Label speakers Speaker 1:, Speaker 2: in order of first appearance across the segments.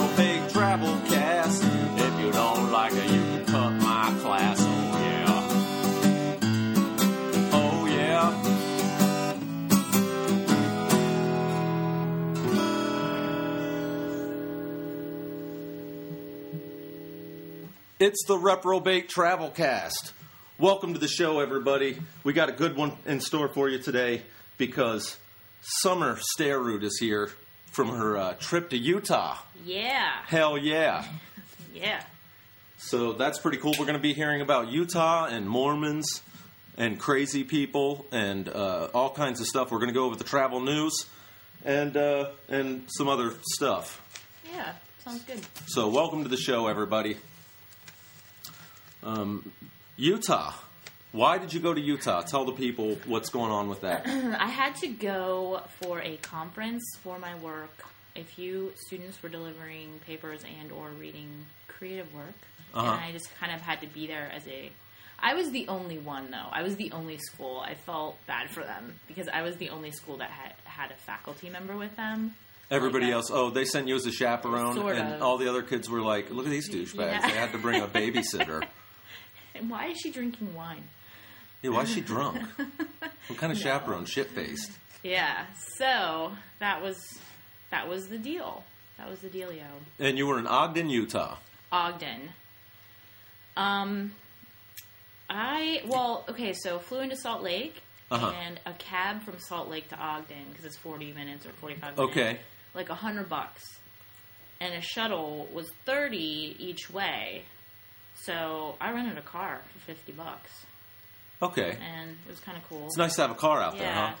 Speaker 1: Oh, It's the Reprobate Travel Cast. Welcome to the show, everybody. We got a good one in store for you today because Summer Stairroot is here from her uh, trip to Utah.
Speaker 2: Yeah,
Speaker 1: Hell yeah.
Speaker 2: yeah.
Speaker 1: So that's pretty cool. We're going to be hearing about Utah and Mormons and crazy people and uh, all kinds of stuff. We're going to go over the travel news and uh, and some other stuff.
Speaker 2: Yeah, sounds good.
Speaker 1: So, welcome to the show, everybody. Um, Utah. Why did you go to Utah? Tell the people what's going on with that.
Speaker 2: I had to go for a conference for my work. If you students were delivering papers and or reading creative work,
Speaker 1: Uh-huh.
Speaker 2: and I just kind of had to be there as a. I was the only one though. I was the only school. I felt bad for them because I was the only school that had had a faculty member with them.
Speaker 1: Everybody
Speaker 2: Okay.
Speaker 1: else, oh, they sent you as a chaperone,
Speaker 2: Sort
Speaker 1: and
Speaker 2: of.
Speaker 1: all the other kids were like, look at these douchebags.
Speaker 2: Yeah.
Speaker 1: They had to bring a babysitter.
Speaker 2: And why is she drinking wine?
Speaker 1: yeah, why is she drunk? What kind of chaperone? Shit faced.
Speaker 2: Yeah. So that was that was the deal. That was the dealio.
Speaker 1: And you were in Ogden, Utah.
Speaker 2: Ogden. Um, I well, okay, so flew into Salt Lake
Speaker 1: Uh-huh.
Speaker 2: and a cab from Salt Lake to Ogden because it's forty minutes or forty five.
Speaker 1: Okay.
Speaker 2: minutes, like a hundred bucks, and a shuttle was thirty each way. So I rented a car for fifty bucks,
Speaker 1: Okay.
Speaker 2: and it was kind of cool.
Speaker 1: It's nice to have a car out there,
Speaker 2: Yeah.
Speaker 1: huh?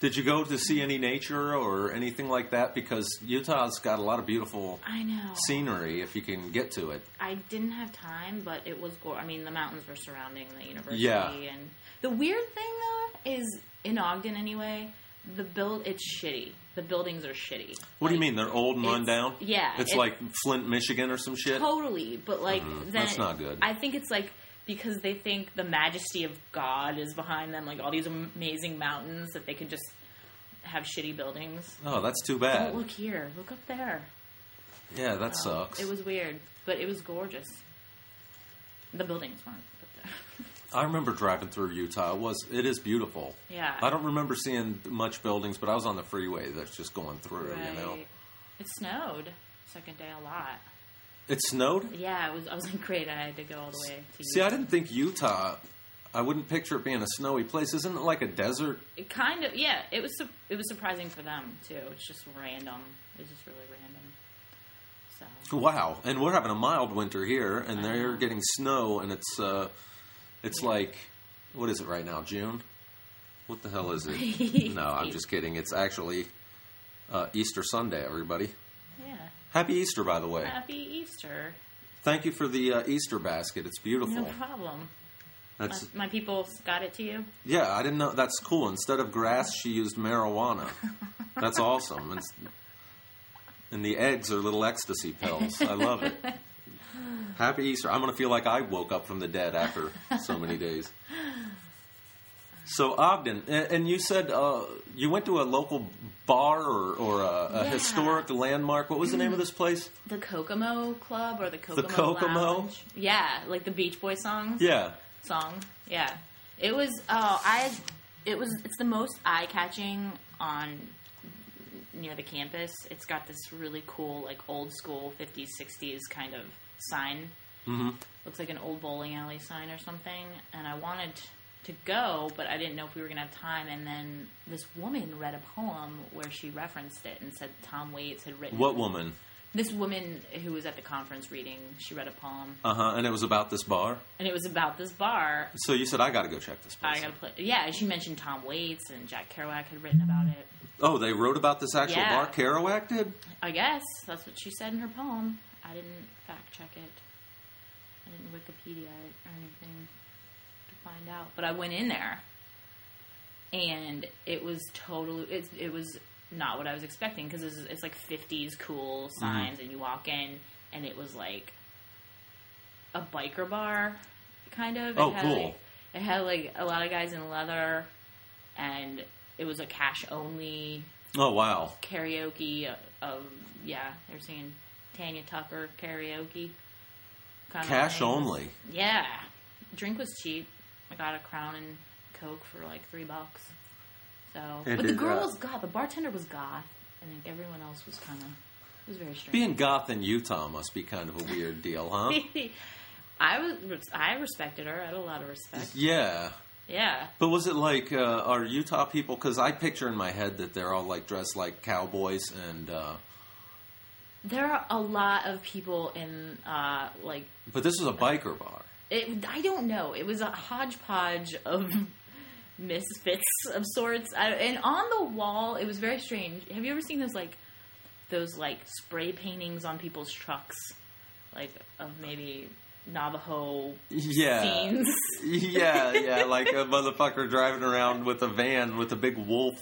Speaker 1: Did you go to see any nature or anything like that? Because Utah's got a lot of beautiful
Speaker 2: I know.
Speaker 1: scenery if you can get to it.
Speaker 2: I didn't have time, but it was. Go- I mean, the mountains were surrounding the university,
Speaker 1: Yeah.
Speaker 2: and the weird thing though is in Ogden anyway. The build it's shitty. The buildings are shitty.
Speaker 1: What do you
Speaker 2: Like,
Speaker 1: mean? They're old and
Speaker 2: it's-
Speaker 1: run down?
Speaker 2: yeah,
Speaker 1: It's,
Speaker 2: it's-
Speaker 1: like Flint, Michigan or some shit?
Speaker 2: Totally, but like then
Speaker 1: that's not good.
Speaker 2: I think it's like because they think the majesty of God is behind them, like all these am- amazing mountains that they could just have shitty buildings.
Speaker 1: Oh, that's too
Speaker 2: Don't
Speaker 1: bad.
Speaker 2: look here. Look up there.
Speaker 1: yeah, that sucks.
Speaker 2: It was weird, but it was gorgeous. The buildings weren't. But
Speaker 1: I remember driving through Utah. It was it is beautiful.
Speaker 2: Yeah.
Speaker 1: I don't remember seeing much buildings, but I was on the freeway that's just going through,
Speaker 2: Right.
Speaker 1: you know.
Speaker 2: It snowed second day a lot.
Speaker 1: It snowed?
Speaker 2: Yeah, it was. I was like, great. I had to go all the way to.
Speaker 1: See, I
Speaker 2: Utah.
Speaker 1: didn't think Utah I wouldn't picture it being a snowy place. Isn't it like a desert?
Speaker 2: It kind of. Yeah, it was. su- It was surprising for them too. It's just random. It was just really random. So
Speaker 1: Wow. And we're having a mild winter here and they're getting snow and it's uh it's like what is it right now? June? What the hell is it? no, I'm just kidding. It's actually uh, Easter Sunday, everybody.
Speaker 2: yeah.
Speaker 1: Happy Easter, by the way.
Speaker 2: Happy Easter.
Speaker 1: Thank you for the uh, Easter basket. It's beautiful.
Speaker 2: No problem. My,
Speaker 1: That's
Speaker 2: my people got it to you.
Speaker 1: yeah. I didn't know. That's cool. Instead of grass, she used marijuana. That's awesome. And, and the eggs are little ecstasy pills. I love it. Happy Easter. I'm gonna feel like I woke up from the dead after so many days. So Ogden, a- and you said uh, you went to a local bar or, or a, a
Speaker 2: Yeah.
Speaker 1: historic landmark. What was the name of this place?
Speaker 2: The Kokomo Club or the Kokomo
Speaker 1: Kokomo?
Speaker 2: Lounge. Yeah, like the Beach Boy songs.
Speaker 1: Yeah.
Speaker 2: song. Yeah, it was. Oh, I. It was. It's the most eye catching on near the campus. It's got this really cool, like old school '50s, '60s kind of sign.
Speaker 1: hmm
Speaker 2: Looks like an old bowling alley sign or something. And I wanted to go, but I didn't know if we were gonna have time. And then this woman read a poem where she referenced it and said Tom Waits had written.
Speaker 1: What woman?
Speaker 2: This woman who was at the conference reading, she read a poem,
Speaker 1: Uh huh. And it was about this bar.
Speaker 2: and it was about this bar.
Speaker 1: So you said I got to go check this place.
Speaker 2: I gotta play. Yeah, she mentioned Tom Waits and Jack Kerouac had written about it.
Speaker 1: Oh, they wrote about this actual
Speaker 2: Yeah.
Speaker 1: bar. Kerouac did.
Speaker 2: I guess that's what she said in her poem. I didn't fact check it. I didn't Wikipedia it or anything to find out. But I went in there, and it was totally. It, it was not what I was expecting because it's, it's like '50s cool
Speaker 1: Mm-hmm.
Speaker 2: signs, and you walk in, and it was like a biker bar, kind of. It
Speaker 1: Oh,
Speaker 2: had,
Speaker 1: cool.
Speaker 2: Like, it had like a lot of guys in leather, and it was a cash only
Speaker 1: Oh wow.
Speaker 2: karaoke of yeah, they're singing Tanya Tucker karaoke. Kinda
Speaker 1: Cash
Speaker 2: thing.
Speaker 1: only.
Speaker 2: Yeah, drink was cheap. I got a Crown and Coke for like three bucks. So,
Speaker 1: And
Speaker 2: but the
Speaker 1: did,
Speaker 2: girl
Speaker 1: uh,
Speaker 2: was goth. The bartender was goth. I think everyone else was kind of. It was very strange.
Speaker 1: Being goth in Utah must be kind of a weird deal, huh?
Speaker 2: I was I respected her. I had a lot of respect.
Speaker 1: Yeah.
Speaker 2: Yeah.
Speaker 1: But was it like, uh, are Utah people? Because I picture in my head that they're all like dressed like cowboys and. Uh,
Speaker 2: There are a lot of people in uh like
Speaker 1: but this is a biker bar.
Speaker 2: it, I don't know. It was a hodgepodge of misfits of sorts. I, and on the wall, it was very strange. Have you ever seen those like those like spray paintings on people's trucks, like of maybe Navajo
Speaker 1: Yeah.
Speaker 2: scenes?
Speaker 1: Yeah, yeah, like a motherfucker driving around with a van with a big wolf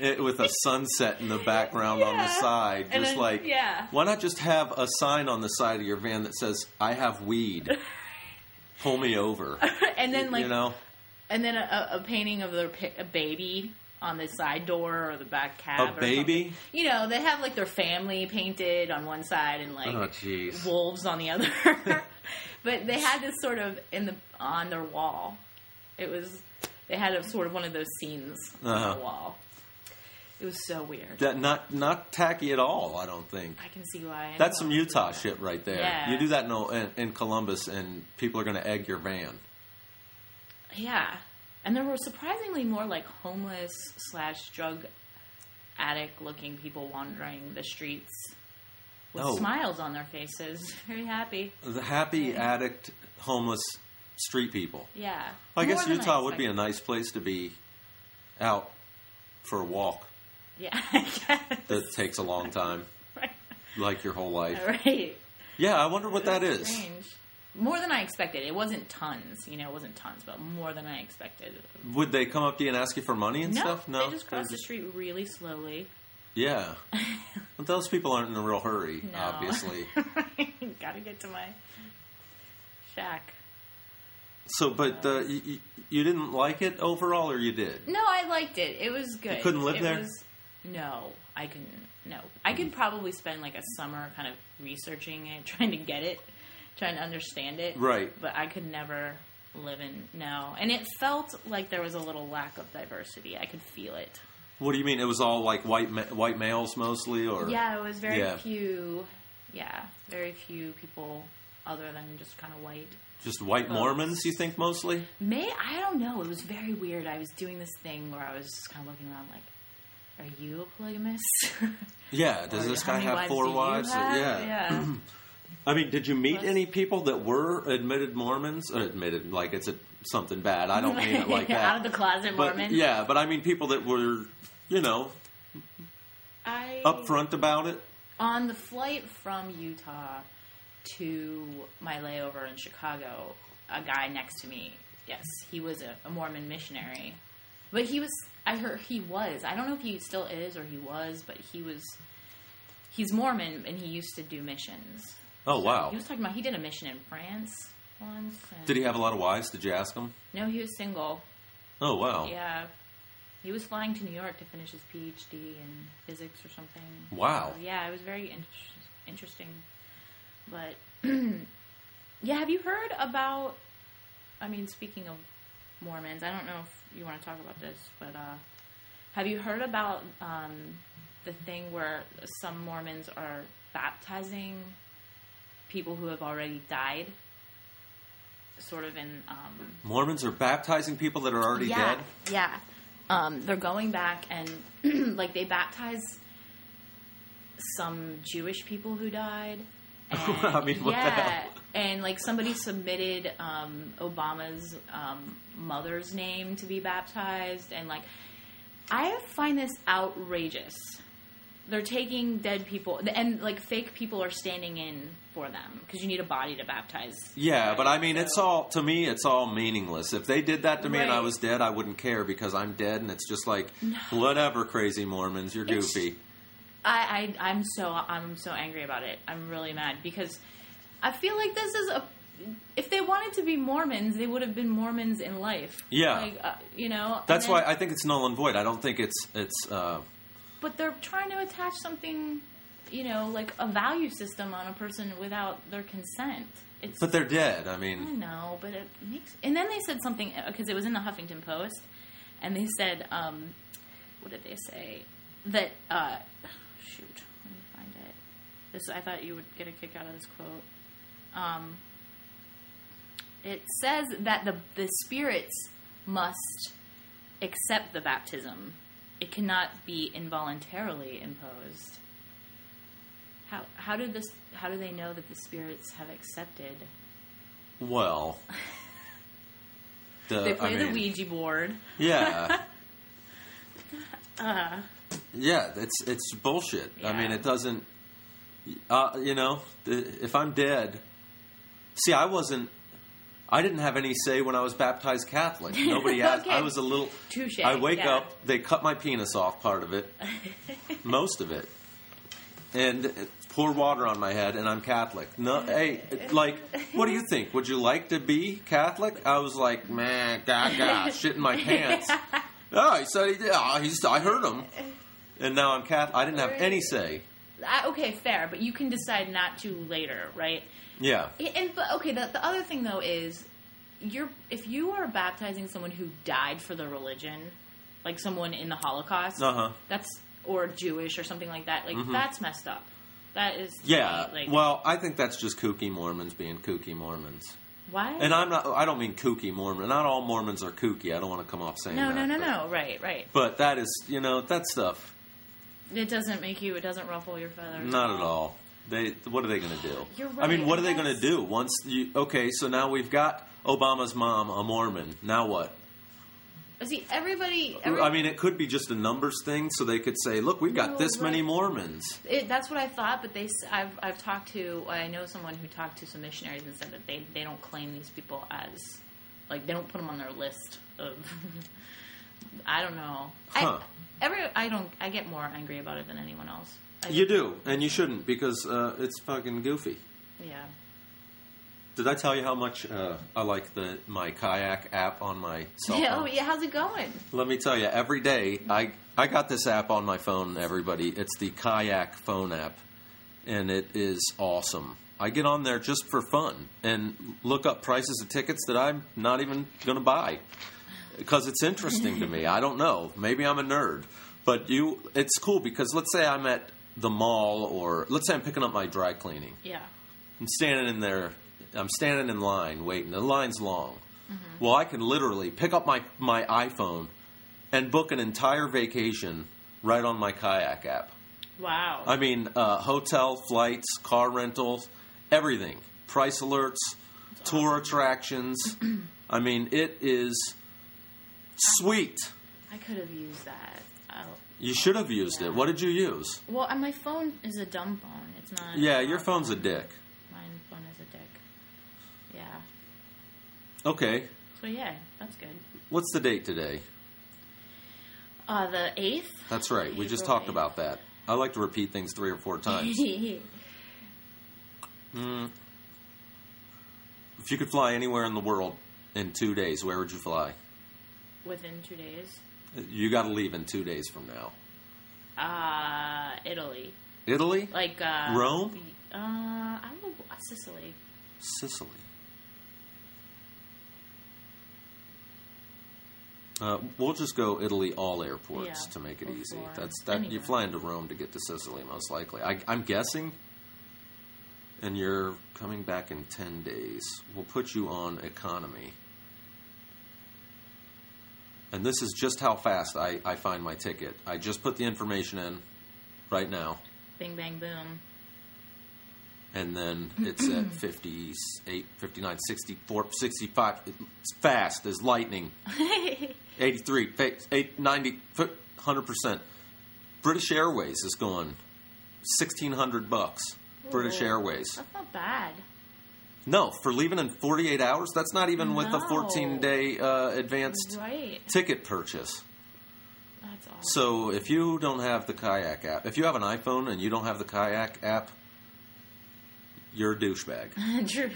Speaker 1: eh, with a sunset in the background on the
Speaker 2: Yeah.
Speaker 1: side.
Speaker 2: And
Speaker 1: Just
Speaker 2: then-
Speaker 1: like,
Speaker 2: yeah.
Speaker 1: why not just have a sign on the side of your van that says, I have weed? Pull me over.
Speaker 2: and then like
Speaker 1: you know?
Speaker 2: and then a, a painting of their pi- a baby on the side door or the back cab. or
Speaker 1: A
Speaker 2: something.
Speaker 1: baby?
Speaker 2: You know, they have like their family painted on one side and like
Speaker 1: Oh, jeez.
Speaker 2: wolves on the other. but they had this sort of in the on their wall. It was they had a sort of one of those scenes
Speaker 1: Uh-huh.
Speaker 2: on the wall. It was so weird.
Speaker 1: That not not tacky at all, I don't think.
Speaker 2: I can see why. I
Speaker 1: That's
Speaker 2: know.
Speaker 1: some Utah shit right there.
Speaker 2: Yeah.
Speaker 1: You do that in, O- in, in Columbus, and people are going to egg your van.
Speaker 2: Yeah, and there were surprisingly more like homeless slash drug addict looking people wandering the streets with
Speaker 1: Oh.
Speaker 2: smiles on their faces, very happy.
Speaker 1: The happy
Speaker 2: Yeah.
Speaker 1: addict, homeless street people.
Speaker 2: Yeah,
Speaker 1: I
Speaker 2: More
Speaker 1: guess
Speaker 2: than
Speaker 1: Utah would be a
Speaker 2: expected.
Speaker 1: nice place to be out for a walk
Speaker 2: yeah. I guess.
Speaker 1: that takes a long time,
Speaker 2: right.
Speaker 1: like your whole life.
Speaker 2: right.
Speaker 1: Yeah, I wonder what that
Speaker 2: It was
Speaker 1: is.
Speaker 2: Strange. More than I expected. It wasn't tons, you know, it wasn't tons, but more than I expected.
Speaker 1: Would they come up to you and ask you for money and
Speaker 2: no,
Speaker 1: stuff? No,
Speaker 2: they just crossed
Speaker 1: They're
Speaker 2: the street really slowly.
Speaker 1: Yeah, well, those people aren't in a real hurry,
Speaker 2: No.
Speaker 1: obviously.
Speaker 2: Gotta get to my shack.
Speaker 1: So, but uh, you, you didn't like it overall, or you did?
Speaker 2: No, I liked it. It was good.
Speaker 1: You couldn't live
Speaker 2: It
Speaker 1: there? Mm-hmm.
Speaker 2: was- no, I couldn't. No, I could probably spend like a summer kind of researching it, trying to get it, trying to understand it.
Speaker 1: Right.
Speaker 2: But I could never live in. No, and it felt like there was a little lack of diversity. I could feel it.
Speaker 1: What do you mean? It was all like white ma- white males mostly, or
Speaker 2: Yeah, it was very
Speaker 1: Yeah.
Speaker 2: few. Yeah, very few people other than just kind of white.
Speaker 1: just white Mormons? You think mostly?
Speaker 2: May I don't know. It was very weird. I was doing this thing where I was just kind of looking around, like, "Are you a polygamist?"
Speaker 1: Yeah. Does
Speaker 2: Or
Speaker 1: this
Speaker 2: how
Speaker 1: guy
Speaker 2: many
Speaker 1: have four
Speaker 2: do you
Speaker 1: wives? Or-
Speaker 2: have?
Speaker 1: yeah. I mean, did you meet
Speaker 2: Plus-
Speaker 1: any people that were admitted Mormons? Uh, admitted, like it's a, something bad. I don't mean it like that.
Speaker 2: Out of the closet
Speaker 1: but
Speaker 2: Mormon.
Speaker 1: yeah, but I mean people that were, you know,
Speaker 2: I
Speaker 1: upfront about it.
Speaker 2: on the flight from Utah to my layover in Chicago, a guy next to me, yes, he was a, a Mormon missionary, but he was. I heard he was. I don't know if he still is or he was, but he was. He's Mormon and he used to do missions.
Speaker 1: Oh wow!
Speaker 2: He was talking about he did a mission in France once. and-
Speaker 1: Did he have a lot of wives? Did you ask him?
Speaker 2: No, he was single.
Speaker 1: Oh wow!
Speaker 2: Yeah. He was flying to New York to finish his PhD in physics or something.
Speaker 1: Wow.
Speaker 2: So, yeah, it was very in- interesting. But yeah, have you heard about? I mean, speaking of Mormons, I don't know if you want to talk about this, but uh, have you heard about um, the thing where some Mormons are baptizing people who have already died, sort of in um,
Speaker 1: Mormons are baptizing people that are already
Speaker 2: yeah,
Speaker 1: dead.
Speaker 2: Yeah. Um, they're going back and like they baptize some Jewish people who died. And,
Speaker 1: I mean, what the
Speaker 2: yeah,
Speaker 1: hell?
Speaker 2: and like somebody submitted um, Obama's um, mother's name to be baptized, and like I find this outrageous. They're taking dead people, and like fake people are standing in for them because you need a body to baptize.
Speaker 1: Yeah, but I mean,
Speaker 2: So-
Speaker 1: it's all to me. It's all meaningless. If they did that to me and I
Speaker 2: Right.
Speaker 1: was dead, I wouldn't care because I'm dead, and it's just like whatever, crazy Mormons, you're
Speaker 2: It's-
Speaker 1: goofy.
Speaker 2: I, I I'm so I'm so angry about it. I'm really mad because I feel like this is a. If they wanted to be Mormons, they would have been Mormons in life.
Speaker 1: Yeah.
Speaker 2: like uh, you know. and
Speaker 1: That's
Speaker 2: then-
Speaker 1: why I think it's null and void. I don't think it's it's. Uh,
Speaker 2: but they're trying to attach something, you know, like a value system on a person without their consent. It's
Speaker 1: but they're dead. I
Speaker 2: I
Speaker 1: mean,
Speaker 2: know, but it makes. And then they said something because it was in the Huffington Post, and they said, um, "What did they say?" That uh, shoot, let me find it. This I thought you would get a kick out of this quote. Um, it says that the the spirits must accept the baptism. It cannot be involuntarily imposed. How how do this how do they know that the spirits have accepted?
Speaker 1: Well, duh,
Speaker 2: Hmm. They play
Speaker 1: I
Speaker 2: the
Speaker 1: mean,
Speaker 2: Ouija board.
Speaker 1: Yeah,
Speaker 2: Uh,
Speaker 1: yeah. It's it's bullshit. I mean,
Speaker 2: Yeah.
Speaker 1: it doesn't. Uh, you know, th- if I'm dead, see, I wasn't. I didn't have any say when I was baptized Catholic. Nobody asked. I
Speaker 2: Okay.
Speaker 1: was a little.
Speaker 2: touche.
Speaker 1: I wake
Speaker 2: yeah.
Speaker 1: up. They cut my penis off, part of it, most of it, and uh, pour water on my head, and I'm Catholic. No, hey, like, what do you think? Would you like to be Catholic? I was like, man, gaga, shit in my pants. Oh, he said he did. Oh, he's, I heard him, and now I'm Catholic. I didn't have any say.
Speaker 2: I, okay, fair, but you can decide not to later, right?
Speaker 1: Yeah,
Speaker 2: Yeah, And but okay, the, the other thing though is, you're if you are baptizing someone who died for the religion, like someone in the Holocaust,
Speaker 1: uh huh.
Speaker 2: that's or Jewish or something like that. Like that's messed up. That is to
Speaker 1: Mm-hmm. Yeah.
Speaker 2: me, like
Speaker 1: Well, I think that's just kooky Mormons being kooky Mormons.
Speaker 2: why?
Speaker 1: And I'm not. I don't mean kooky Mormon. Not all Mormons are kooky. I don't want to come off saying
Speaker 2: no,
Speaker 1: that.
Speaker 2: no, no,
Speaker 1: but-
Speaker 2: no. Right, right.
Speaker 1: But that is, you know, that stuff,
Speaker 2: It doesn't make you. It doesn't ruffle your feathers.
Speaker 1: not at all. They, what are they going to do?
Speaker 2: You're
Speaker 1: I mean,
Speaker 2: right,
Speaker 1: what are they
Speaker 2: yes.
Speaker 1: going to do once you? Okay, so now we've got Obama's mom, a Mormon. Now what?
Speaker 2: See, everybody. every-
Speaker 1: I mean, it could be just a numbers thing, so they could say, "Look, we've got
Speaker 2: No,
Speaker 1: this many
Speaker 2: right.
Speaker 1: Mormons."
Speaker 2: It, that's what I thought, but they. s- I've I've talked to. I know someone who talked to some missionaries and said that they they don't claim these people as, like they don't put them on their list of. I don't know.
Speaker 1: Huh.
Speaker 2: I, every I don't. I get more angry about it than anyone else. I,
Speaker 1: You do, and you shouldn't because uh, it's fucking goofy.
Speaker 2: yeah.
Speaker 1: Did I tell you how much uh, I like the my kayak app on my cell phone?
Speaker 2: yeah. Oh yeah. How's it going?
Speaker 1: Let me tell you, every day I I got this app on my phone. Everybody, it's the Kayak phone app, and it is awesome. I get on there just for fun and look up prices of tickets that I'm not even going to buy because it's interesting to me. I don't know. Maybe I'm a nerd, but you, it's cool because let's say I'm at the mall or let's say I'm picking up my dry cleaning.
Speaker 2: Yeah.
Speaker 1: I'm standing in there. I'm standing in line waiting. The line's long. Well, I can literally pick up my my iPhone and book an entire vacation right on my kayak app.
Speaker 2: Wow.
Speaker 1: I mean, uh, hotel, flights, car rentals, everything. Price alerts, tour attractions. I mean, it is sweet.
Speaker 2: I could have used that. Oh.
Speaker 1: You should have used it. What did you use?
Speaker 2: Well, and my phone is a dumb phone. It's not.
Speaker 1: Yeah, your phone's a dick.
Speaker 2: My phone is a dick. Yeah.
Speaker 1: Okay,
Speaker 2: So yeah, that's good.
Speaker 1: what's the date today?
Speaker 2: Uh, the eighth.
Speaker 1: That's right. We just
Speaker 2: April
Speaker 1: talked
Speaker 2: 8th.
Speaker 1: about that. I like to repeat things three or four times. Mm. If you could fly anywhere in the world in two days, where would you fly?
Speaker 2: Within two days.
Speaker 1: You got to leave in two days from now.
Speaker 2: Uh, Italy.
Speaker 1: Italy?
Speaker 2: Like, uh.
Speaker 1: Rome?
Speaker 2: Uh, I don't know. Uh, Sicily.
Speaker 1: Sicily. Uh, we'll just go Italy all airports
Speaker 2: Yeah,
Speaker 1: to make it
Speaker 2: or
Speaker 1: easy.
Speaker 2: Florence,
Speaker 1: That's that you're
Speaker 2: anywhere.
Speaker 1: flying to Rome to get to Sicily most likely. I, I'm guessing, and you're coming back in ten days. We'll put you on economy, and this is just how fast I, I find my ticket. I just put the information in right now,
Speaker 2: Bing, bang, boom.
Speaker 1: and then it's at 58, 59, 64, 65. It's fast as lightning. 83, fa- 8, 90, fu- 100%. British Airways is going 1600 bucks. British
Speaker 2: Ooh.
Speaker 1: Airways.
Speaker 2: that's not bad.
Speaker 1: No, for leaving in 48 hours, that's not even with a
Speaker 2: No.
Speaker 1: 14 day uh, advanced
Speaker 2: Right.
Speaker 1: ticket purchase.
Speaker 2: That's awesome.
Speaker 1: So if you don't have the Kayak app, if you have an iPhone and you don't have the Kayak app, you're a douchebag.
Speaker 2: True.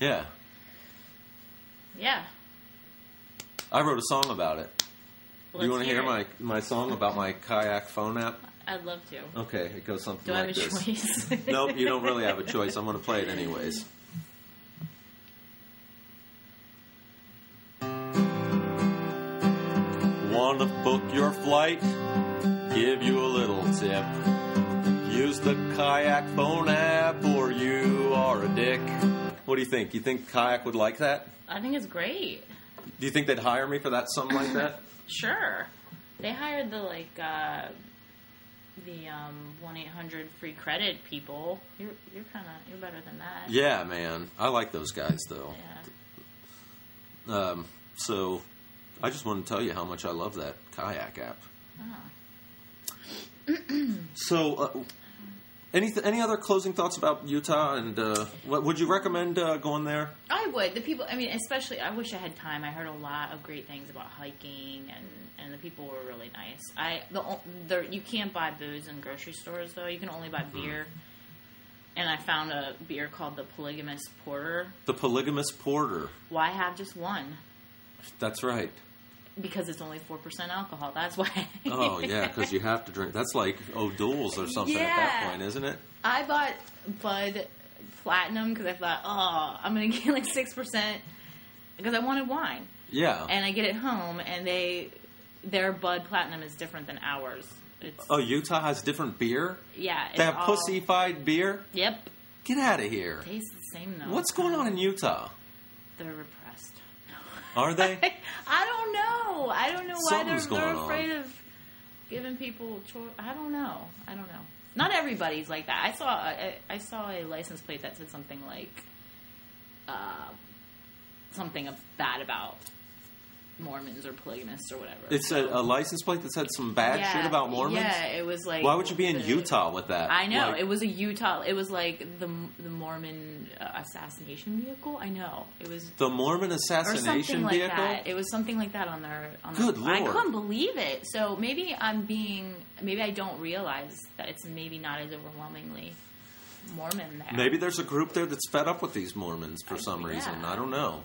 Speaker 1: Yeah.
Speaker 2: yeah.
Speaker 1: I wrote a song about it.
Speaker 2: Let's
Speaker 1: you want to hear,
Speaker 2: it.
Speaker 1: my my song about my kayak phone app?
Speaker 2: I'd love to.
Speaker 1: Okay, it goes something
Speaker 2: Do I
Speaker 1: Oh, like
Speaker 2: have a
Speaker 1: this.
Speaker 2: choice?
Speaker 1: nope, you don't really have a choice. I'm going to play it anyways. Want to book your flight? Give you a little tip. Use the kayak phone app or you are a dick. What do you think? You think Kayak would like that?
Speaker 2: I think it's great.
Speaker 1: Do you think they'd hire me for that? Something like that?
Speaker 2: Sure. They hired the like uh, the um one eight hundred free credit people. You're you're kind of you're better than that.
Speaker 1: Yeah, man. I like those guys though.
Speaker 2: Yeah.
Speaker 1: Um, so I just want to tell you how much I love that Kayak app.
Speaker 2: Oh. Uh-huh.
Speaker 1: So, uh, any any other closing thoughts about Utah? And uh, what, would you recommend uh, going there?
Speaker 2: I would. The people, I mean, especially, I wish I had time. I heard a lot of great things about hiking, and and the people were really nice. I the o- there you can't buy booze in grocery stores though. You can only buy
Speaker 1: Mm-hmm.
Speaker 2: beer. And I found a beer called the Polygamous Porter.
Speaker 1: The polygamous porter.
Speaker 2: Why have just one?
Speaker 1: That's right.
Speaker 2: Because it's only four percent alcohol. That's why.
Speaker 1: Oh yeah, because you have to drink. That's like O'Doul's or something at that
Speaker 2: Yeah.
Speaker 1: point, isn't it?
Speaker 2: I bought Bud Platinum because I thought, oh, I'm gonna get like six percent because I wanted wine.
Speaker 1: Yeah.
Speaker 2: and I get it home, and they their Bud Platinum is different than ours. It's
Speaker 1: oh, Utah has different beer.
Speaker 2: yeah, it's
Speaker 1: They have
Speaker 2: all-
Speaker 1: pussyfied beer.
Speaker 2: Yep,
Speaker 1: Get out of here.
Speaker 2: tastes the same though.
Speaker 1: What's going on in Utah?
Speaker 2: They're repressed.
Speaker 1: Are they?
Speaker 2: I don't know. I don't know why
Speaker 1: Something's
Speaker 2: they're,
Speaker 1: going
Speaker 2: they're
Speaker 1: on.
Speaker 2: afraid of giving people. Cho- I don't know. I don't know. Not everybody's like that. I saw I, I saw a license plate that said something like uh, something of- bad about Mormons or polygamists or whatever.
Speaker 1: It's a, a license plate that said some bad
Speaker 2: Yeah,
Speaker 1: shit about Mormons.
Speaker 2: Yeah, it was like.
Speaker 1: Why would you be in
Speaker 2: the-
Speaker 1: Utah with that?
Speaker 2: I know
Speaker 1: Like,
Speaker 2: it was a Utah. It was like the the Mormon uh, assassination vehicle. I know it was
Speaker 1: the Mormon
Speaker 2: or something
Speaker 1: assassination
Speaker 2: like
Speaker 1: vehicle.
Speaker 2: that. It was something like that on their. On
Speaker 1: Good
Speaker 2: their, I
Speaker 1: Lord.
Speaker 2: couldn't believe it. So maybe I'm being. Maybe I don't realize that it's maybe not as overwhelmingly Mormon there.
Speaker 1: Maybe there's a group there that's fed up with these Mormons for some
Speaker 2: yeah.
Speaker 1: reason. I don't know.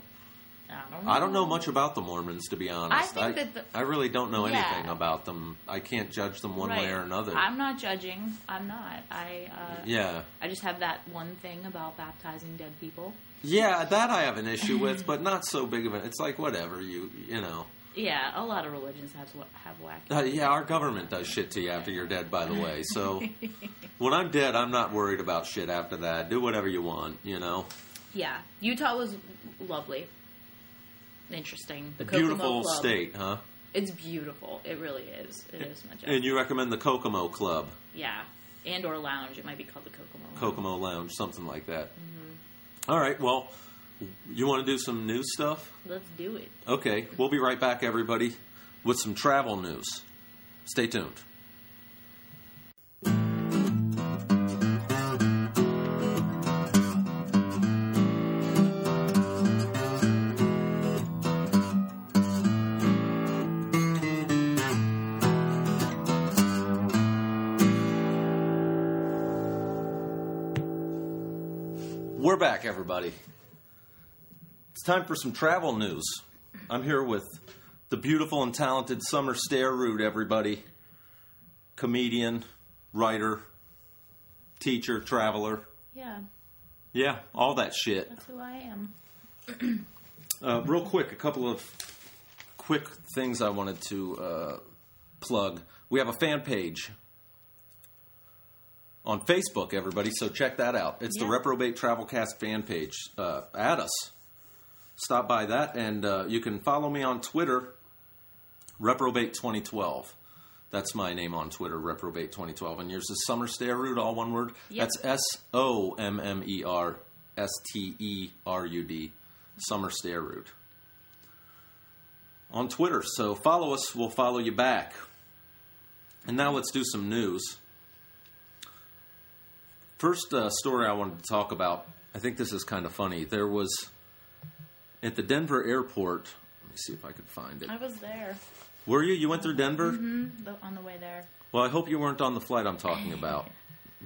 Speaker 2: I don't know.
Speaker 1: I don't know much about the Mormons, to be honest.
Speaker 2: I think that the-
Speaker 1: I really don't know
Speaker 2: Yeah.
Speaker 1: anything about them. I can't judge them one way
Speaker 2: Right.
Speaker 1: or another.
Speaker 2: I'm not judging. I'm not. I. Uh,
Speaker 1: yeah.
Speaker 2: I just have that one thing about baptizing dead people.
Speaker 1: Yeah, that I have an issue with, but not so big of an. It's like whatever you you know.
Speaker 2: Yeah, a lot of religions have have whack.
Speaker 1: Uh, yeah, our government does shit to you after you're dead, by the way. So when I'm dead, I'm not worried about shit after that. Do whatever you want, you know.
Speaker 2: Yeah, Utah was lovely, interesting. The Kokomo
Speaker 1: Beautiful
Speaker 2: Club.
Speaker 1: state, huh?
Speaker 2: It's beautiful. It really is. It is my job.
Speaker 1: And you recommend the Kokomo Club,
Speaker 2: yeah, and or lounge. It might be called the Kokomo. Lounge.
Speaker 1: Kokomo Lounge, something like that.
Speaker 2: Mm-hmm.
Speaker 1: All right, well, you want to do some news stuff?
Speaker 2: Let's do it.
Speaker 1: Okay, we'll be right back, everybody, with some travel news. Stay tuned. We're back, everybody. It's time for some travel news. I'm here with the beautiful and talented Summer Stairroot, everybody. Comedian, writer, teacher, traveler.
Speaker 2: Yeah,
Speaker 1: Yeah, all that shit.
Speaker 2: that's who I am.
Speaker 1: Uh, real quick, a couple of quick things I wanted to uh, plug. We have a fan page on Facebook, everybody, so check that out. It's the
Speaker 2: Yeah.
Speaker 1: Reprobate Travelcast fan page. Uh, add us. Stop by that, and uh, you can follow me on Twitter, Reprobate2012. That's my name on Twitter, Reprobate2012. And yours is Summer Stairroot, all one word.
Speaker 2: Yep.
Speaker 1: That's S O M M E R S T E R U D, Summer Stairroot. On Twitter, so follow us, we'll follow you back. And now let's do some news. First uh, story I wanted to talk about, I think this is kind of funny. There was at the Denver airport, let me see if I could find it.
Speaker 2: I was there
Speaker 1: Were you? You went through Denver?
Speaker 2: the, on the way there.
Speaker 1: Well, I hope you weren't on the flight I'm talking about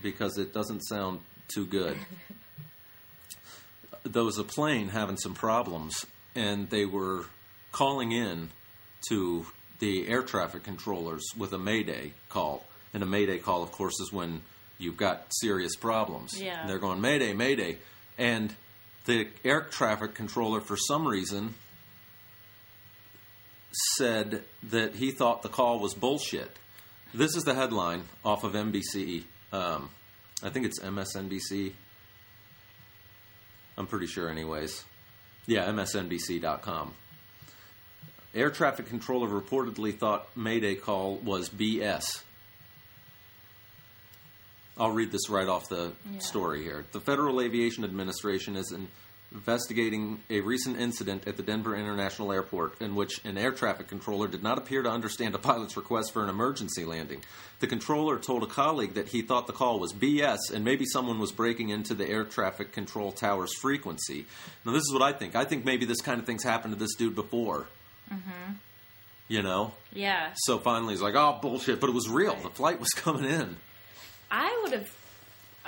Speaker 1: because it doesn't sound too good. there was a plane having some problems, and they were calling in to the air traffic controllers with a mayday call. And a mayday call, of course, is when you've got serious problems.
Speaker 2: Yeah.
Speaker 1: And they're going, mayday, mayday. And the air traffic controller, for some reason, said that he thought the call was bullshit. This is the headline off of NBC. Um, I think it's MSNBC. I'm pretty sure, anyways. Yeah, MSNBC.com. Air traffic controller reportedly thought Mayday call was BS. I'll read this right off the
Speaker 2: Yeah.
Speaker 1: story here. The Federal Aviation Administration is investigating a recent incident at the Denver International Airport in which an air traffic controller did not appear to understand a pilot's request for an emergency landing. The controller told a colleague that he thought the call was BS and maybe someone was breaking into the air traffic control tower's frequency. Now, this is what I think. I think maybe this kind of thing's happened to this dude before. You know?
Speaker 2: Yeah.
Speaker 1: So finally, he's like, "Oh bullshit!" But it was real. The flight was coming in.
Speaker 2: I would have.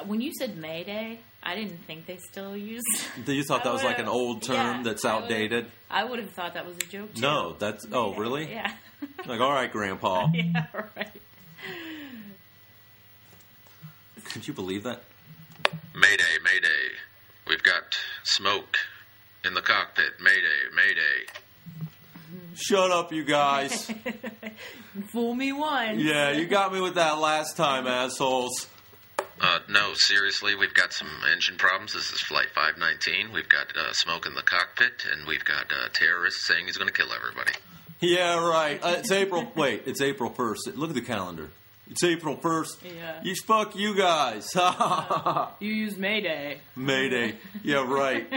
Speaker 2: When you said Mayday, I didn't think they still used.
Speaker 1: You thought that was like an
Speaker 2: would've-
Speaker 1: old term
Speaker 2: yeah,
Speaker 1: that's
Speaker 2: I would've-
Speaker 1: outdated?
Speaker 2: I would have thought that was a joke. Too.
Speaker 1: No, that's oh
Speaker 2: Yeah,
Speaker 1: really?
Speaker 2: Yeah.
Speaker 1: Like, all right, Grandpa,
Speaker 2: yeah. Right.
Speaker 1: could you believe that?
Speaker 3: Mayday, mayday. We've got smoke in the cockpit. Mayday, mayday.
Speaker 1: Shut up, you guys!
Speaker 2: Fool me once.
Speaker 1: yeah, you got me with that last time, assholes.
Speaker 3: Uh, no, seriously, we've got some engine problems. This is Flight 519. We've got uh, smoke in the cockpit, and we've got uh, terrorists saying he's going to kill everybody.
Speaker 1: Yeah, right. Uh, it's April. Wait, it's April first. Look at the calendar. It's April first.
Speaker 2: Yeah.
Speaker 1: You fuck you guys.
Speaker 2: You use Mayday.
Speaker 1: Mayday. Yeah, right.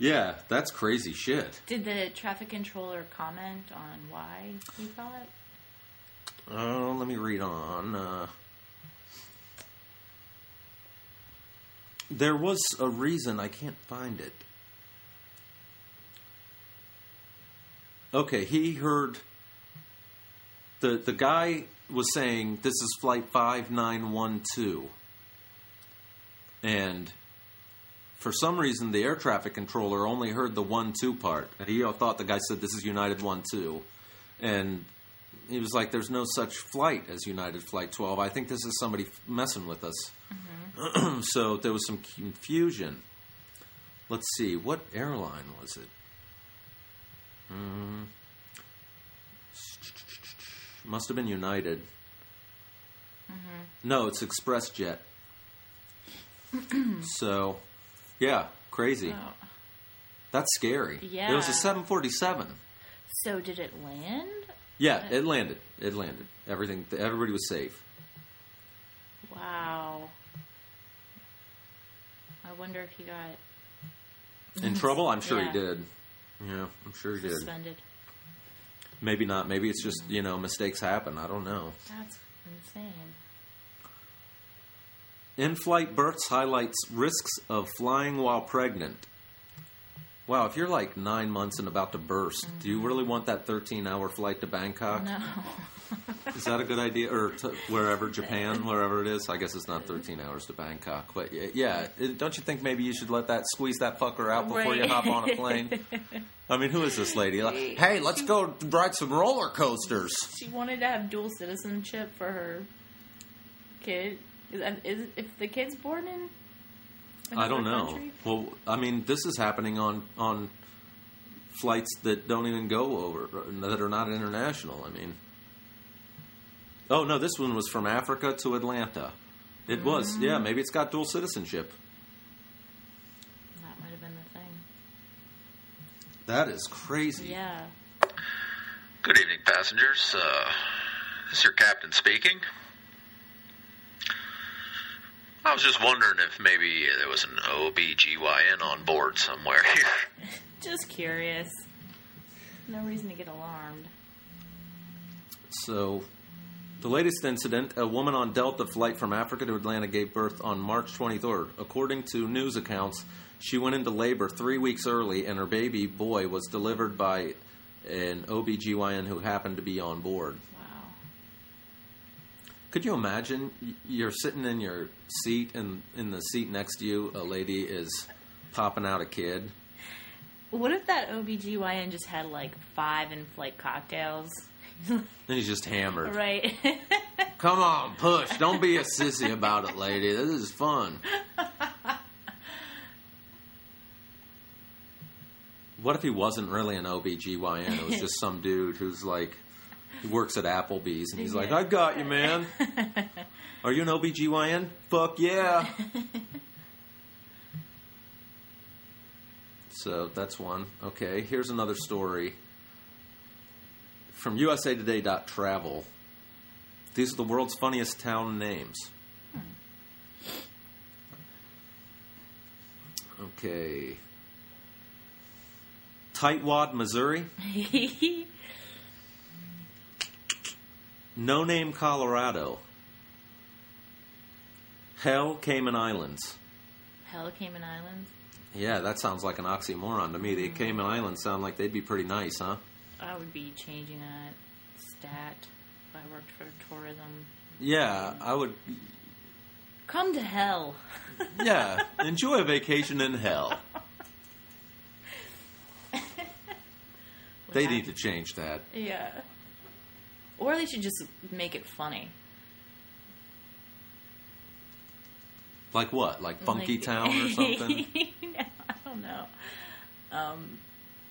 Speaker 1: Yeah, that's crazy shit.
Speaker 2: Did the traffic controller comment on why he thought?
Speaker 1: Uh, let me read on. Uh, there was a reason I can't find it. Okay, he heard the the guy was saying this is flight five nine one two, and for some reason the air traffic controller only heard the one two part, and he thought the guy said this is United one two, and he was like, "There's no such flight as United Flight 12. I think this is somebody f- messing with us." so there was some confusion. Let's see, what airline was it? Mm. Must have been United. No, it's ExpressJet. so, yeah, crazy.
Speaker 2: Oh.
Speaker 1: That's scary. It was
Speaker 2: Yeah.
Speaker 1: a 747.
Speaker 2: So did it land?
Speaker 1: Yeah, it landed. It landed. Everything. Everybody was safe.
Speaker 2: Wow. I wonder if he got
Speaker 1: In trouble? I'm sure
Speaker 2: Yeah.
Speaker 1: he did. Yeah, I'm sure he did.
Speaker 2: suspended.
Speaker 1: Maybe not. Maybe it's just you know mistakes happen. I don't know.
Speaker 2: That's insane.
Speaker 1: In-flight births highlights risks of flying while pregnant. Wow, if you're like nine months and about to burst, do you really want that 13-hour flight to Bangkok?
Speaker 2: No.
Speaker 1: Is that a good idea? Or to wherever Japan, wherever it is. I guess it's not 13 hours to Bangkok, but y- yeah. it- Don't you think maybe you should let that squeeze that fucker out before you
Speaker 2: Right.
Speaker 1: hop on a plane? I mean, who is this lady? Like, hey, let's go ride some roller coasters.
Speaker 2: She wanted to have dual citizenship for her kid. Is, that- is if the kid's born in?
Speaker 1: I don't
Speaker 2: another
Speaker 1: know.
Speaker 2: country?
Speaker 1: Well, I mean, this is happening on on flights that don't even go over that are not international. I mean, oh no, this one was from Africa to Atlanta. It was, yeah.
Speaker 2: Mm.
Speaker 1: Maybe it's got dual citizenship.
Speaker 2: That might have been the thing.
Speaker 1: That is crazy.
Speaker 2: Yeah.
Speaker 3: Good evening, passengers. Uh, this is your captain speaking. I was just wondering if maybe there was an OBGYN on board somewhere here.
Speaker 2: Just curious. No reason to get alarmed.
Speaker 1: So, the latest incident a woman on Delta flight from Africa to Atlanta gave birth on March 23rd. According to news accounts, she went into labor three weeks early, and her baby boy was delivered by an OBGYN who happened to be on board.
Speaker 2: Wow.
Speaker 1: Could you imagine? Y- You're sitting in your seat, and in the seat next to you, a lady is popping out a kid.
Speaker 2: What if that OBGYN just had like five in flight cocktails?
Speaker 1: And he's just hammered.
Speaker 2: right.
Speaker 1: Come on, push. Don't be a sissy about it, lady. This is fun. What if he wasn't really an OBGYN? It was just some dude who's like, he works at Applebee's and he's like, I got you, man. Are you an OBGYN? Fuck yeah. So that's one. Okay, here's another story from USA USAtoday.travel. These are the world's funniest town names. Okay. Tightwad, Missouri. No Name, Colorado. Hell, Cayman Islands.
Speaker 2: Hell, Cayman Islands.
Speaker 1: Yeah, that sounds like an oxymoron to me. The Cayman Islands sound like they'd be pretty nice, huh?
Speaker 2: I would be changing that stat if I worked for tourism.
Speaker 1: Yeah, I would.
Speaker 2: Come to hell.
Speaker 1: Yeah, enjoy a vacation in hell. They
Speaker 2: Without-
Speaker 1: need to change that.
Speaker 2: Yeah. Or they should just make it funny.
Speaker 1: Like what? Like Funky
Speaker 2: Like-
Speaker 1: Town or something?
Speaker 2: No, I don't know. Um,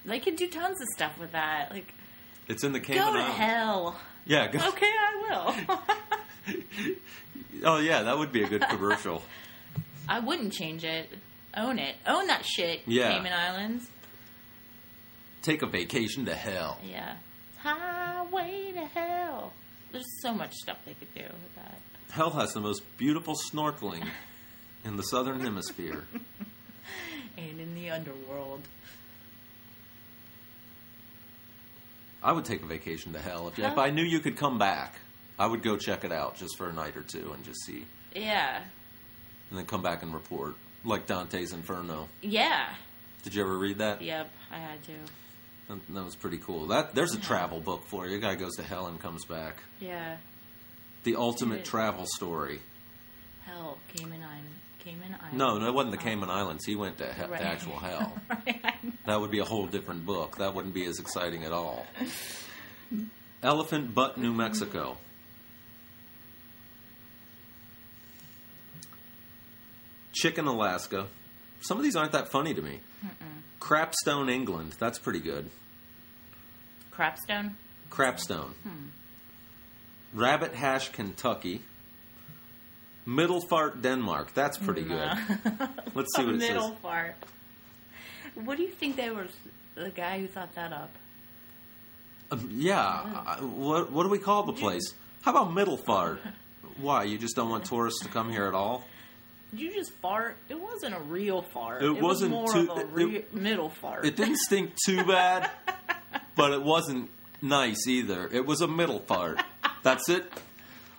Speaker 2: they could do tons of stuff with that. Like,
Speaker 1: It's in the
Speaker 2: go
Speaker 1: Cayman
Speaker 2: to
Speaker 1: Islands.
Speaker 2: hell.
Speaker 1: Yeah, go.
Speaker 2: Okay, I will.
Speaker 1: Oh, yeah, that would be a good commercial.
Speaker 2: I wouldn't change it. Own it. Own that shit.
Speaker 1: Yeah.
Speaker 2: Cayman Islands.
Speaker 1: Take a vacation to hell.
Speaker 2: Yeah. Highway to hell. There's so much stuff they could do with that.
Speaker 1: Hell has the most beautiful snorkeling in the southern hemisphere.
Speaker 2: And in the underworld.
Speaker 1: I would take a vacation to hell if, if I knew you could come back. I would go check it out just for a night or two and just see,
Speaker 2: Yeah.
Speaker 1: and then come back and report. Like Dante's Inferno.
Speaker 2: Yeah.
Speaker 1: Did you ever read that?
Speaker 2: Yep, I had to.
Speaker 1: That, that was pretty cool. That there's a
Speaker 2: Uh-huh.
Speaker 1: travel book for you. A guy goes to hell and comes back.
Speaker 2: Yeah.
Speaker 1: The ultimate
Speaker 2: Dude.
Speaker 1: travel story.
Speaker 2: Hell, Cayman Island. Cayman Island.
Speaker 1: No, no, it wasn't the Cayman Islands. He went to he-
Speaker 2: Right.
Speaker 1: to actual hell.
Speaker 2: Right, I know.
Speaker 1: That would be a whole different book. That wouldn't be as exciting at all. Elephant Butt, New Mexico. Chicken, Alaska. Some of these aren't that funny to me. Crapstone, England. That's pretty good.
Speaker 2: Crapstone.
Speaker 1: Crapstone. Rabbit Hash, Kentucky. Middle Fart, Denmark. That's pretty good. Let's see what it says.
Speaker 2: middle part. What do you think they were? The guy who thought that up.
Speaker 1: Um, yeah. I- What what do we call the place? How about Middle Fart? Why you just don't want tourists to come here at all?
Speaker 2: Did you just fart? It wasn't a real fart.
Speaker 1: It
Speaker 2: was
Speaker 1: wasn't
Speaker 2: more
Speaker 1: too-
Speaker 2: of a
Speaker 1: it-
Speaker 2: re- middle fart.
Speaker 1: It didn't stink too bad, but it wasn't nice either. It was a middle fart. That's it.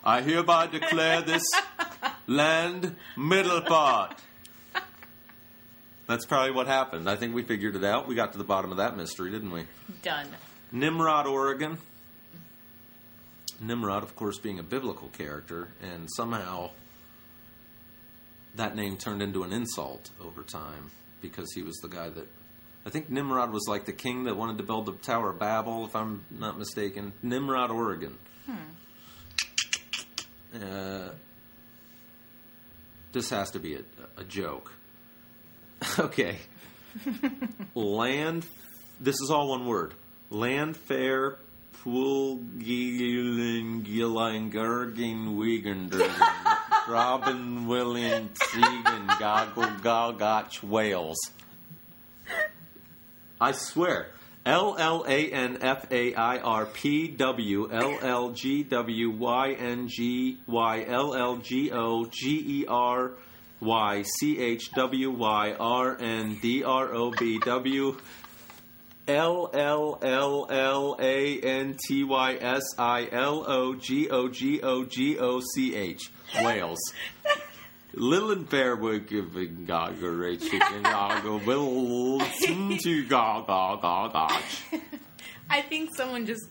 Speaker 1: I hereby declare this land middle fart. That's probably what happened. I think we figured it out. We got to the bottom of that mystery, didn't we?
Speaker 2: Done.
Speaker 1: Nimrod, Oregon. Nimrod, of course, being a biblical character, and somehow that name turned into an insult over time because he was the guy that. I think Nimrod was like the king that wanted to build the Tower of Babel, if I'm not mistaken. Nimrod, Oregon. Uh, this has to be a, a joke. okay. Land. This is all one word. Landfair Pulgilingilangergen Wiegendern Robin William Tegan Goggle Gogotch Wales. I swear. L L A N F A I R P W L L G W Y N G Y L L G O G E R Y C H W Y R N D R O B W L L L L A N T Y S I L O G O G O G O C H Wales. Little and fair were giving Gaga a chicken Gaga will to Gaga Gaga.
Speaker 2: I think someone just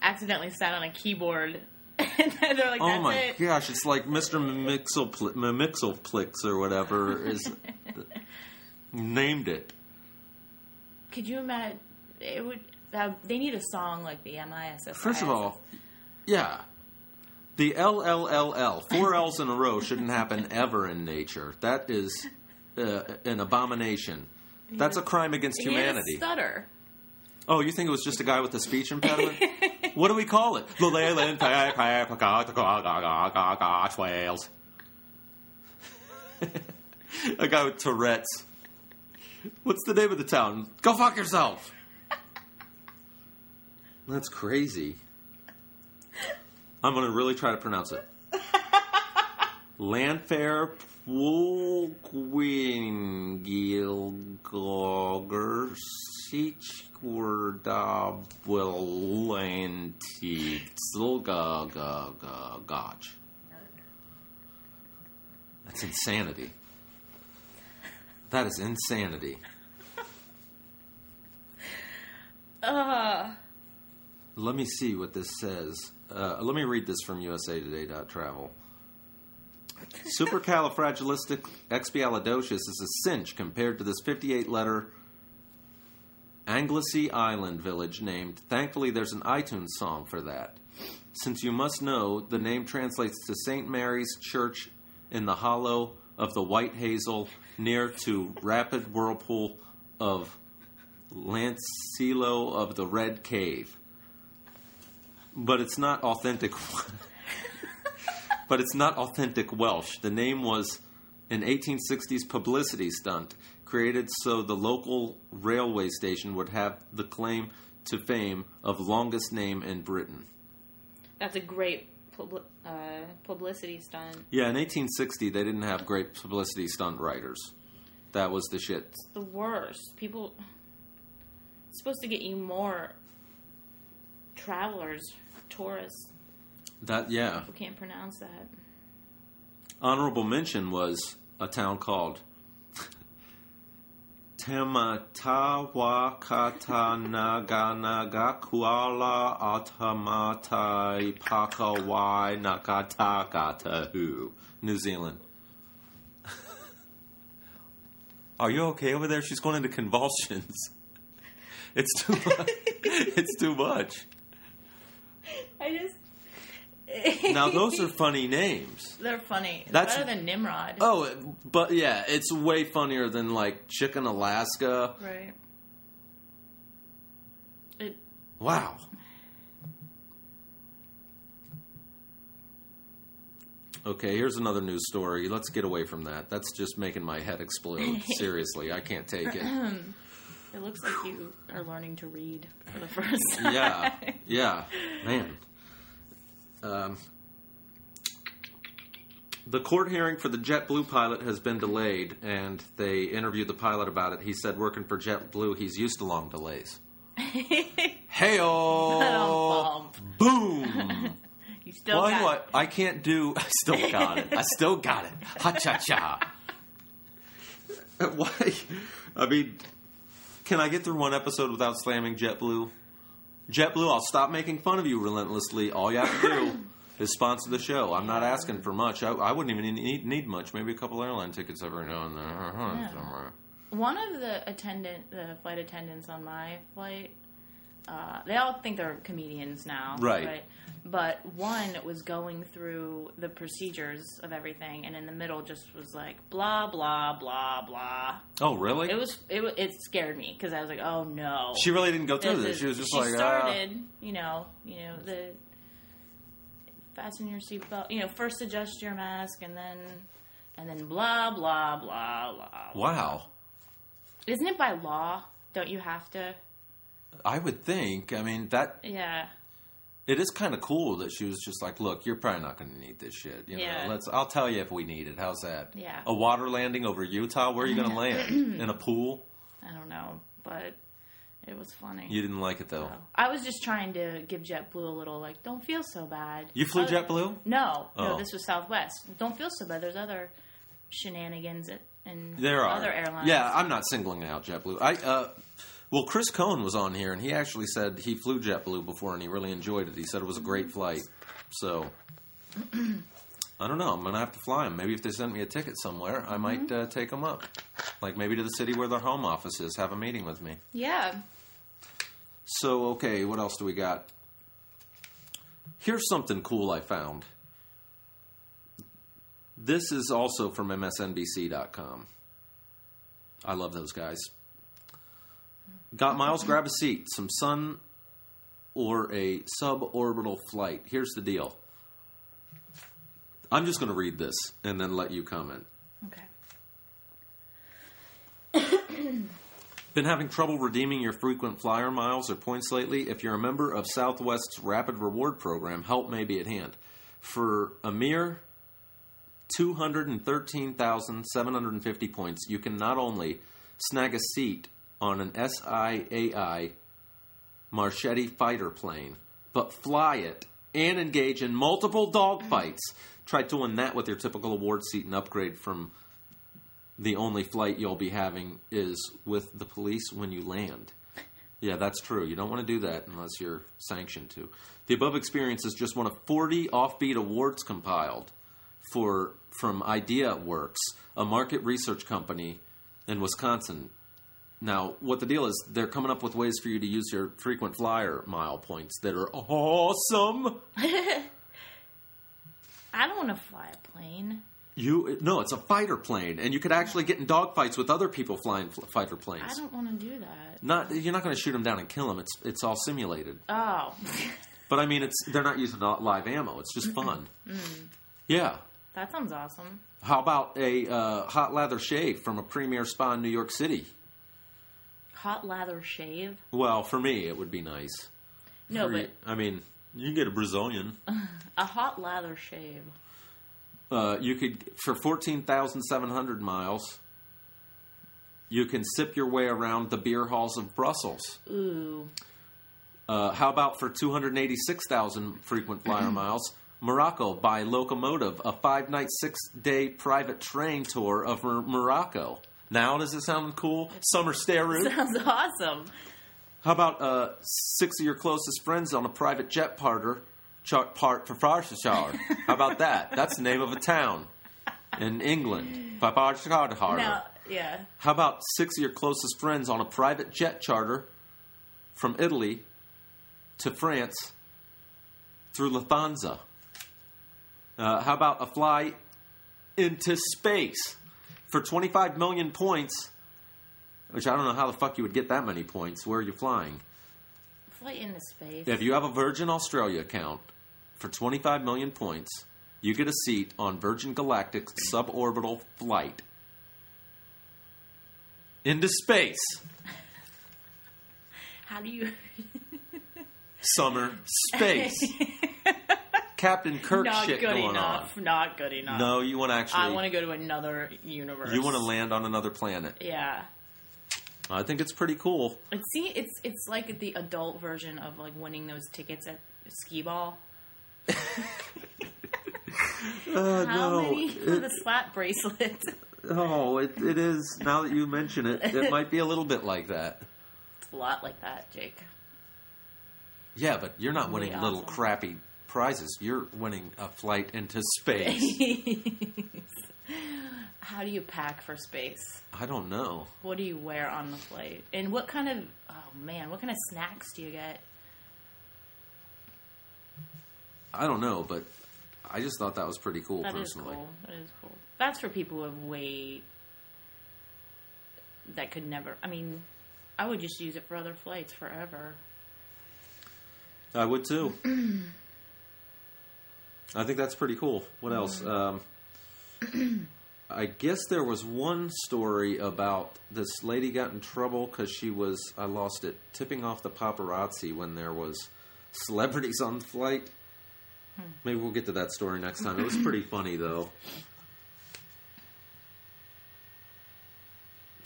Speaker 2: accidentally sat on a keyboard, and they're like, "That's
Speaker 1: Oh my
Speaker 2: it."
Speaker 1: gosh, it's like Mr. Mixelpl- Mixelplix or whatever is named it.
Speaker 2: Could you imagine? It would. That, they need a song like the MISS.
Speaker 1: First of all, yeah. The L L L L, four L's in a row shouldn't happen ever in nature. That is uh, an abomination. That's a crime against humanity.
Speaker 2: stutter.
Speaker 1: Oh, you think it was just a guy with a speech impediment? what do we call it? Llewellyn Pack, Pack, Pack, Pack, Pack, Pack, Pack, Pack, Wales. a guy with Tourette's. What's the name of the town? Go fuck yourself. That's crazy. I'm gonna really try to pronounce it. Lanfair Pulquingilgoger Gotch. That's insanity. That is insanity.
Speaker 2: Ugh.
Speaker 1: Let me see what this says. Uh, let me read this from usatoday.travel. Supercalifragilisticexpialidocious is a cinch compared to this 58 letter Anglesey Island village named. Thankfully, there's an iTunes song for that. Since you must know, the name translates to St. Mary's Church in the hollow of the White Hazel near to rapid whirlpool of Lancelo of the Red Cave. But it's not authentic. but it's not authentic Welsh. The name was an 1860s publicity stunt created so the local railway station would have the claim to fame of longest name in Britain.
Speaker 2: That's a great publi- uh, publicity stunt.
Speaker 1: Yeah, in 1860 they didn't have great publicity stunt writers. That was the shit.
Speaker 2: The worst. People. It's supposed to get you more travelers, tourists
Speaker 1: That yeah.
Speaker 2: who can't pronounce that.
Speaker 1: Honorable mention was a town called Tematawakatanaganaga Atamatai Pakawai Nakatagatahu, New Zealand. Are you okay over there? She's going into convulsions. It's too much. it's too much.
Speaker 2: I just.
Speaker 1: Now those are funny names.
Speaker 2: They're funny. It's
Speaker 1: That's-
Speaker 2: better than Nimrod.
Speaker 1: Oh, it- but yeah, it's way funnier than like Chicken Alaska.
Speaker 2: Right. It,
Speaker 1: Wow. Okay, here's another news story. Let's get away from that. That's just making my head explode. Seriously, I can't take it.
Speaker 2: it looks like you are learning to read for the first time.
Speaker 1: Yeah, yeah, man. Um, the court hearing for the JetBlue pilot has been delayed, and they interviewed the pilot about it. He said, working for JetBlue, he's used to long delays. Hail! Boom!
Speaker 2: you still
Speaker 1: Oh. well,
Speaker 2: got
Speaker 1: what? I can't do. I still got it. I still got it. Ha cha cha. Why? I mean, can I get through one episode without slamming JetBlue? JetBlue, I'll stop making fun of you relentlessly. All you have to do is sponsor the show. I'm not asking for much. I, I wouldn't even need, need much. Maybe a couple airline tickets every now and then. Uh-huh, Somewhere.
Speaker 2: One of the attendant, the flight attendants on my flight, uh, they all think they're comedians now,
Speaker 1: Right.
Speaker 2: But one was going through the procedures of everything, and in the middle, just was like blah blah blah blah.
Speaker 1: Oh, really?
Speaker 2: It was it wa- it scared me because I was like, oh no.
Speaker 1: she really didn't go through
Speaker 2: This
Speaker 1: this.
Speaker 2: is-
Speaker 1: She was just
Speaker 2: she
Speaker 1: like, ah.
Speaker 2: started, you know, you know the fasten your seatbelt, you know, first adjust your mask, and then and then blah blah blah blah.
Speaker 1: wow.
Speaker 2: Isn't it by law? Don't you have to?
Speaker 1: I would think. I mean, that
Speaker 2: Yeah.
Speaker 1: it is kind of cool that she was just like, "Look, you're probably not going to need this shit. You
Speaker 2: Yeah.
Speaker 1: know, let's. I'll tell you if we need it. How's that?
Speaker 2: Yeah.
Speaker 1: A water landing over Utah. Where are you going to land? In a pool?
Speaker 2: I don't know, but it was funny.
Speaker 1: You didn't like it though.
Speaker 2: So, I was just trying to give JetBlue a little like, don't feel so bad.
Speaker 1: You flew
Speaker 2: Oh,
Speaker 1: JetBlue.
Speaker 2: No,
Speaker 1: Oh.
Speaker 2: no, this was Southwest. Don't feel so bad. There's other shenanigans at- and
Speaker 1: There are
Speaker 2: other airlines.
Speaker 1: Yeah, I'm not singling out JetBlue. I uh, well, Chris Cohn was on here and he actually said he flew JetBlue before and he really enjoyed it. He said it was a
Speaker 2: Mm-hmm.
Speaker 1: great flight. So. I don't know. I'm gonna have to fly them. Maybe if they send me a ticket somewhere, I might
Speaker 2: Mm-hmm.
Speaker 1: uh, take them up. Like maybe to the city where their home office is. Have a meeting with me.
Speaker 2: yeah.
Speaker 1: So, okay, what else do we got? Here's something cool I found. This is also from MSNBC.com. I love those guys. Got miles, grab a seat. Some sun or a suborbital flight. Here's the deal. I'm just going to read this and then let you comment.
Speaker 2: Okay.
Speaker 1: Been having trouble redeeming your frequent flyer miles or points lately? If you're a member of Southwest's Rapid Reward Program, help may be at hand. For a mere 213,750 points, you can not only snag a seat on an SIAI Marchetti fighter plane, but fly it and engage in multiple dogfights. Try to win that with your typical award seat and upgrade from the only flight you'll be having is with the police when you land. Yeah, that's true. You don't want to do that unless you're sanctioned to. The above experience is just one of 40 offbeat awards compiled for from Idea Works, a market research company in Wisconsin. Now, what the deal is, they're coming up with ways for you to use your frequent flyer mile points that are awesome.
Speaker 2: I don't want to fly a plane.
Speaker 1: You no, it's a fighter plane, and you could actually get in dogfights with other people flying fl- fighter
Speaker 2: I
Speaker 1: planes.
Speaker 2: don't want to do that.
Speaker 1: Not you're not going to shoot them down and kill them. It's it's all simulated.
Speaker 2: Oh,
Speaker 1: But I mean, it's they're not using li- live ammo. It's just fun. Yeah.
Speaker 2: that sounds awesome.
Speaker 1: How about a uh, hot lather shave from a premier spa in New York City?
Speaker 2: Hot lather shave.
Speaker 1: Well, for me, it would be nice.
Speaker 2: No,
Speaker 1: For you-
Speaker 2: but
Speaker 1: I mean, you can get a Brazilian.
Speaker 2: a hot lather shave.
Speaker 1: Uh, you could for fourteen thousand seven hundred miles. You can sip your way around the beer halls of Brussels.
Speaker 2: Ooh,
Speaker 1: Uh, how about for 286,000 frequent flyer miles? Morocco by locomotive, a five night, six day private train tour of Mor- Morocco. Now, does it sound cool? Summer Steru.
Speaker 2: sounds awesome.
Speaker 1: How about uh, six of your closest friends on a private jet parter, chart part for Farshashar? How about that? That's the name of a town in England. Farshashar.
Speaker 2: Now, yeah.
Speaker 1: How about six of your closest friends on a private jet charter from Italy to France through Lufthansa? Uh, how about a flight into space for 25 million points? Which I don't know how the fuck you would get that many points. Where are you flying?
Speaker 2: Flight into space.
Speaker 1: If you have a Virgin Australia account for 25 million points, you get a seat on Virgin Galactic's suborbital flight into space.
Speaker 2: How do you?
Speaker 1: Summer space. Captain Kirk
Speaker 2: not
Speaker 1: shit
Speaker 2: good
Speaker 1: going
Speaker 2: enough. Not good enough.
Speaker 1: on. No, you want to
Speaker 2: I want to
Speaker 1: actually.
Speaker 2: go to another universe.
Speaker 1: You want to land on another planet.
Speaker 2: Yeah.
Speaker 1: I think it's pretty cool.
Speaker 2: It's see, it's it's like the adult version of like winning those tickets at skee ball.
Speaker 1: Uh,
Speaker 2: How
Speaker 1: no,
Speaker 2: many for
Speaker 1: it-
Speaker 2: the slap bracelet?
Speaker 1: oh, it, it is. Now that you mention it, it might be a little bit like that.
Speaker 2: it's a lot like that, Jake.
Speaker 1: Yeah, but you're not
Speaker 2: That'd be
Speaker 1: winning little
Speaker 2: awesome.
Speaker 1: crappy prizes. You're winning a flight into space.
Speaker 2: How do you pack for space?
Speaker 1: I don't know.
Speaker 2: What do you wear on the flight? And what kind of oh man, what kind of snacks do you get?
Speaker 1: I don't know, but I just thought that was pretty cool
Speaker 2: That is
Speaker 1: personally.
Speaker 2: cool. That is cool. That's for people who have way that could never. I mean, I would just use it for other flights forever.
Speaker 1: I would too. I think that's pretty cool. What else? Um, I guess there was one story about this lady got in trouble because she was, I lost it, tipping off the paparazzi when there was celebrities on the flight. Maybe we'll get to that story next time. It was pretty funny though.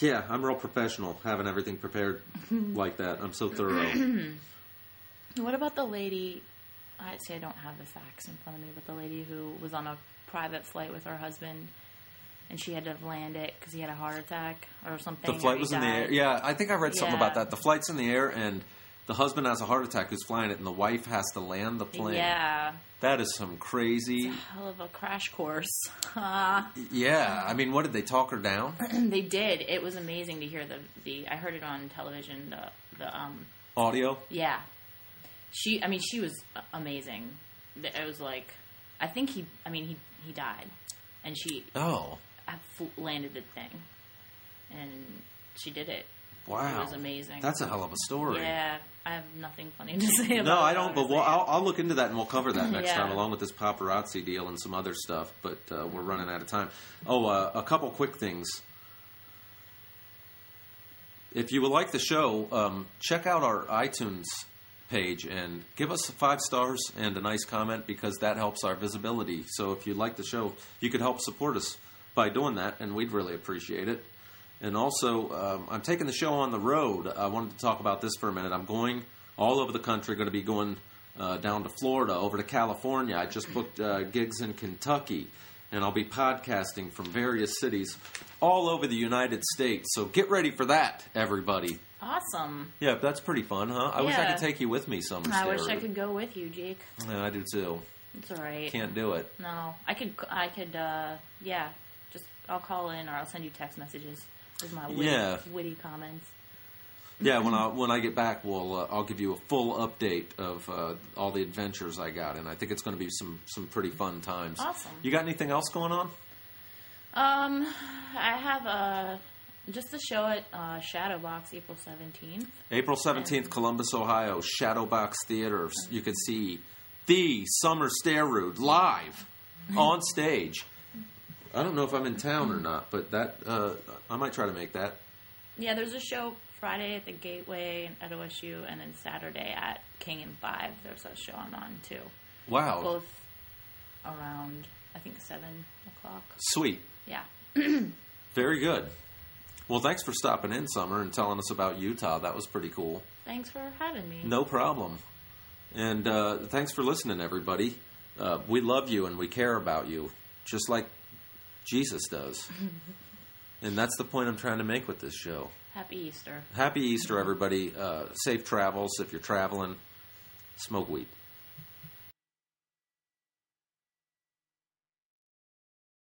Speaker 1: Yeah, I'm real professional having everything prepared like that. I'm so thorough.
Speaker 2: What about the lady? I say I don't have the facts in front of me, but the lady who was on a private flight with her husband, and she had to land it because he had a heart attack or something.
Speaker 1: The flight
Speaker 2: or
Speaker 1: was
Speaker 2: he
Speaker 1: in the
Speaker 2: died.
Speaker 1: air. Yeah, I think I read something
Speaker 2: Yeah.
Speaker 1: about that. The flight's in the air, and the husband has a heart attack who's flying it, and the wife has to land the plane.
Speaker 2: Yeah,
Speaker 1: That is some crazy.
Speaker 2: hell of a crash course. Uh,
Speaker 1: Yeah, I mean, what did they talk her down?
Speaker 2: they did. It was amazing to hear the the. I heard it on television. The the um
Speaker 1: Audio?
Speaker 2: Yeah. She, I mean, she was a- amazing. Th- It was like, I think he, I mean, he, he died. And she
Speaker 1: Oh,
Speaker 2: uh, fl- landed the thing. And she did it.
Speaker 1: wow.
Speaker 2: It was amazing.
Speaker 1: That's a hell of a story.
Speaker 2: Yeah. I have nothing funny to say about
Speaker 1: No, I
Speaker 2: it,
Speaker 1: don't. But
Speaker 2: honestly.
Speaker 1: we'll, I'll, I'll look into that and we'll cover that next
Speaker 2: Yeah.
Speaker 1: time, along with this paparazzi deal and some other stuff. But uh, we're running out of time. Oh, uh, a couple quick things. If you would like the show, um, check out our iTunes page and give us five stars and a nice comment because that helps our visibility. So if you like the show, you could help support us by doing that, and we'd really appreciate it. And also, um, I'm taking the show on the road. I wanted to talk about this for a minute. I'm going all over the country. Going to be going uh, down to Florida, over to California. I just booked uh, gigs in Kentucky, and I'll be podcasting from various cities all over the United States. So get ready for that, everybody.
Speaker 2: Awesome.
Speaker 1: Yeah, that's pretty fun, huh? I wish I
Speaker 2: Yeah.
Speaker 1: could take you with me some.
Speaker 2: I
Speaker 1: Sarah.
Speaker 2: wish I could go with you, Jake.
Speaker 1: Yeah, I do too.
Speaker 2: It's all right.
Speaker 1: Can't do it.
Speaker 2: No, I could. I could. uh Yeah, just I'll call in or I'll send you text messages with my witty,
Speaker 1: Yeah.
Speaker 2: witty comments.
Speaker 1: Yeah, when I when I get back, we'll uh, I'll give you a full update of uh, all the adventures I got, and I think it's going to be some some pretty fun times.
Speaker 2: Awesome.
Speaker 1: You got anything else going on?
Speaker 2: Um, I have uh just the show at uh, Shadowbox April seventeenth.
Speaker 1: April 17th, Columbus, Ohio, Shadowbox Theater. You can see the Summer Stairrude live on stage. I don't know if I'm in town or not, but that uh, I might try to make that.
Speaker 2: Yeah, there's a show Friday at the Gateway at OSU, and then Saturday at King and Five. There's a show I'm on too.
Speaker 1: Wow,
Speaker 2: Both around I think seven o'clock.
Speaker 1: sweet,
Speaker 2: Yeah.
Speaker 1: very good. Well, thanks for stopping in, Summer, and telling us about Utah. That was pretty cool.
Speaker 2: Thanks for having me.
Speaker 1: No problem. And uh, thanks for listening, everybody. Uh, we love you and we care about you, just like Jesus does. and that's the point I'm trying to make with this show.
Speaker 2: Happy Easter.
Speaker 1: Happy Easter, everybody. Uh, safe travels if you're traveling. Smoke weed.